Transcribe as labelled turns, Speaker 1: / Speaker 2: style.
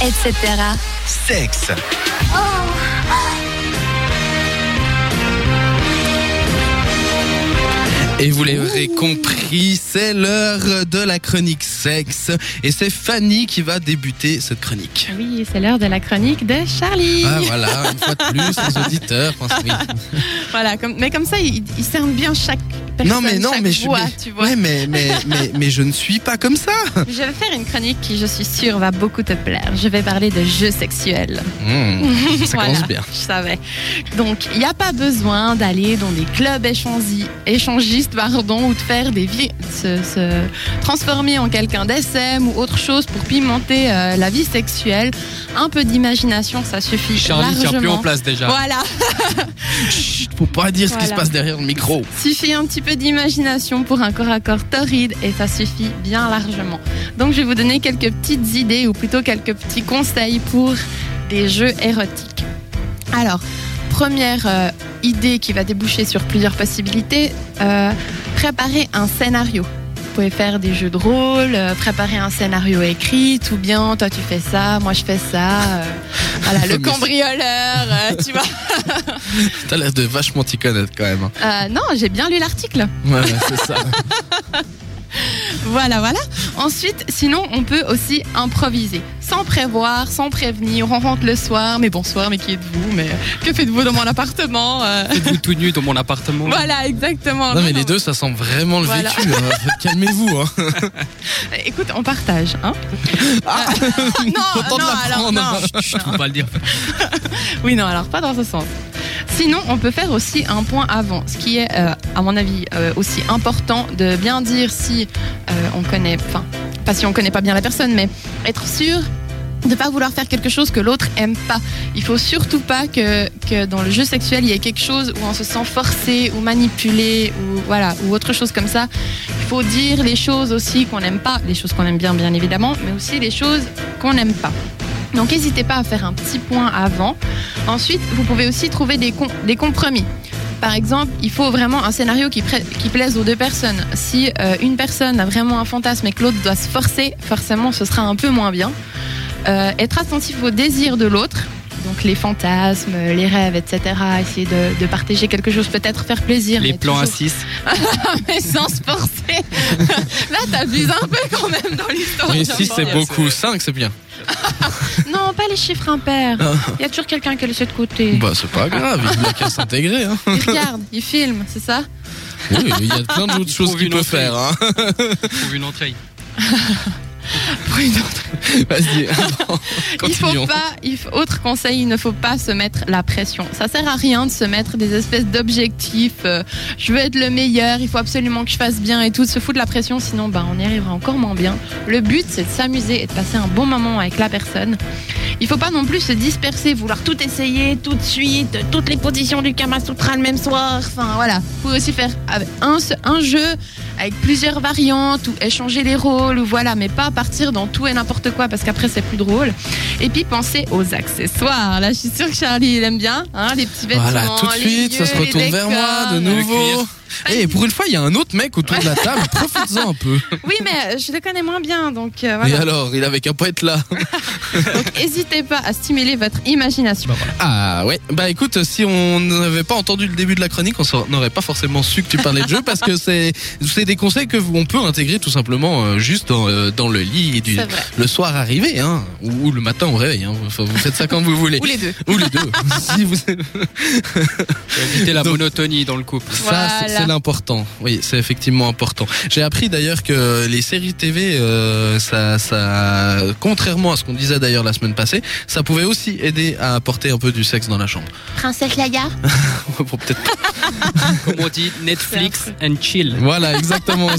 Speaker 1: etc.
Speaker 2: Sexe. Et vous l'aurez compris, c'est l'heure de la chronique sexe. Et c'est Fanny qui va débuter cette chronique.
Speaker 3: Oui, c'est l'heure de la chronique de Charlie.
Speaker 2: Ah voilà, une fois de plus, les auditeurs pensent oui.
Speaker 3: Voilà, comme, mais comme ça, il, il cerne bien chaque personne,
Speaker 2: Non mais non
Speaker 3: chaque
Speaker 2: mais je
Speaker 3: voix,
Speaker 2: mais-
Speaker 3: tu vois.
Speaker 2: ouais, mais, mais, mais, mais je ne suis pas comme ça.
Speaker 3: Je vais faire une chronique qui, je suis sûre, va beaucoup te plaire. Je vais parler de jeux sexuels.
Speaker 2: Mmh, ça commence
Speaker 3: Voilà,
Speaker 2: bien.
Speaker 3: Je savais. Donc, il n'y a pas besoin d'aller dans des clubs échangi- échangistes pardon, ou de faire des vies, se, se transformer en quelqu'un d'SM ou autre chose pour pimenter euh, la vie sexuelle. Un peu d'imagination, ça suffit
Speaker 4: Charlie tient plus en
Speaker 3: largement.
Speaker 4: place déjà.
Speaker 3: Voilà,
Speaker 2: Chut, faut pas dire ce qui
Speaker 3: Voilà.
Speaker 2: se passe derrière le micro.
Speaker 3: suffit un petit peu d'imagination pour un corps à corps torride et ça suffit bien largement. Donc je vais vous donner quelques petites idées ou plutôt quelques petits conseils pour des jeux érotiques. Alors, première euh, idée qui va déboucher sur plusieurs possibilités, euh, préparer un scénario. Vous pouvez faire des jeux de rôle, euh, préparer un scénario écrit, tout bien, toi tu fais ça, moi je fais ça. euh, voilà, le
Speaker 2: Mais-
Speaker 3: cambrioleur, euh, tu vois.
Speaker 2: T'as l'air de vachement t'y connaître quand même. hein.
Speaker 3: Euh, non, j'ai bien lu l'article.
Speaker 2: Ouais, ouais, c'est ça.
Speaker 3: Voilà, voilà. Ensuite, sinon, on peut aussi improviser. Sans prévoir, sans prévenir. On rentre le soir, mais bonsoir, mais qui êtes-vous Mais que faites-vous dans mon appartement Euh,
Speaker 4: Êtes-vous tout nu dans mon appartement
Speaker 3: Voilà, exactement.
Speaker 2: Non mais les deux, ça sent vraiment le
Speaker 3: Voilà.
Speaker 2: vécu. hein. Calmez-vous. Hein.
Speaker 3: Euh, Écoute, on partage. Hein Euh, non,
Speaker 2: Content de
Speaker 3: non,
Speaker 2: l'apprendre.
Speaker 3: alors, non.
Speaker 4: Chut, faut pas le dire.
Speaker 3: Oui, non, alors pas dans ce sens. Sinon, on peut faire aussi un point avant, ce qui est, euh, à mon avis, euh, aussi important de bien dire si euh, on connaît, enfin, pas si on connaît pas bien la personne, mais être sûr de ne pas vouloir faire quelque chose que l'autre aime pas. Il faut surtout pas que, que dans le jeu sexuel, il y ait quelque chose où on se sent forcé ou manipulé ou voilà ou autre chose comme ça. Il faut dire les choses aussi qu'on n'aime pas, les choses qu'on aime bien bien évidemment, mais aussi les choses qu'on n'aime pas. Donc n'hésitez pas à faire un petit point avant. Ensuite, vous pouvez aussi trouver des, com- des compromis. Par exemple, il faut vraiment un scénario qui, pré- qui plaise aux deux personnes. Si euh, une personne a vraiment un fantasme et que l'autre doit se forcer, forcément, ce sera un peu moins bien. Euh, être attentif aux désirs de l'autre, donc les fantasmes, les rêves, etc. Essayer de, de partager quelque chose, peut-être faire plaisir.
Speaker 4: Les
Speaker 3: mais
Speaker 4: plans à
Speaker 3: toujours-
Speaker 4: 6.
Speaker 3: mais sans se forcer. Là, t'abuses un peu quand même dans l'histoire.
Speaker 2: Mais
Speaker 3: j'en
Speaker 2: si
Speaker 3: pense.
Speaker 2: c'est
Speaker 4: c'est-
Speaker 2: beaucoup, 5 c'est bien.
Speaker 3: Non, pas les chiffres impairs.
Speaker 2: Ah.
Speaker 3: Il y a toujours quelqu'un qui a laissé de côté.
Speaker 2: Bah c'est pas grave, il a qu'à s'intégrer. Hein.
Speaker 3: Il regarde, il filme, c'est ça
Speaker 2: Oui, il y a plein d'autres
Speaker 4: Il
Speaker 2: choses
Speaker 4: trouve
Speaker 2: qu'il
Speaker 4: une
Speaker 2: peut
Speaker 4: entrée.
Speaker 2: faire. Hein.
Speaker 4: Trouve une entrée.
Speaker 2: hein. Vas-y,
Speaker 3: Il faut
Speaker 2: continuons.
Speaker 3: pas, il faut- autre conseil, il ne faut pas se mettre la pression. Ça sert à rien de se mettre des espèces d'objectifs. euh, je veux être le meilleur, il faut absolument que je fasse bien et tout. Se foutre la pression, sinon bah, on y arrivera encore moins bien. Le but, c'est de s'amuser et de passer un bon moment avec la personne. Il faut pas non plus se disperser, vouloir tout essayer tout de suite, toutes les positions du Kama Sutra le même soir. Enfin voilà. Vous pouvez aussi faire avec un, se- un jeu avec plusieurs variantes ou échanger les rôles ou voilà, mais pas partir dans tout et n'importe quoi parce qu'après c'est plus drôle. Et puis pensez aux accessoires. Là, je suis sûre que Charlie, il aime bien hein, les petits vêtements.
Speaker 2: Voilà, tout de
Speaker 3: les
Speaker 2: suite, ça
Speaker 3: lieux,
Speaker 2: se
Speaker 3: les
Speaker 2: retourne vers moi de
Speaker 3: décors.
Speaker 2: nouveau.
Speaker 4: cuir.
Speaker 2: Et pour une fois, il y a un autre mec autour de la table, profitez-en un peu.
Speaker 3: Oui, mais euh, je le connais moins bien, donc euh,
Speaker 2: Et
Speaker 3: voilà.
Speaker 2: alors, il avait qu'à pas être là.
Speaker 3: Donc, n'hésitez pas à stimuler votre imagination.
Speaker 2: Ah ouais, bah écoute, si on n'avait pas entendu le début de la chronique, on s'en- n'aurait pas forcément su que tu parlais de jeu parce que c'est c'est des conseils que vous- on peut intégrer tout simplement euh, juste dans, euh, dans le lit et du,
Speaker 3: C'est vrai.
Speaker 2: le soir arrivé, hein, ou, ou le matin au réveil. Hein, Enfin, vous faites ça quand vous voulez.
Speaker 3: Ou les deux.
Speaker 2: Ou les deux. si vous...
Speaker 4: Faut Éviter la
Speaker 2: Donc-
Speaker 4: monotonie dans le couple.
Speaker 2: Ça, c'est-
Speaker 3: Voilà.
Speaker 2: c'est l'important. Oui, c'est effectivement important. J'ai appris d'ailleurs que les séries TV, euh, ça, ça, contrairement à ce qu'on disait d'ailleurs la semaine passée, ça pouvait aussi aider à apporter un peu du sexe dans la chambre.
Speaker 3: Princesse Laga
Speaker 2: Pour peut-être.
Speaker 4: Comme on dit, Netflix and chill.
Speaker 2: Voilà, exactement.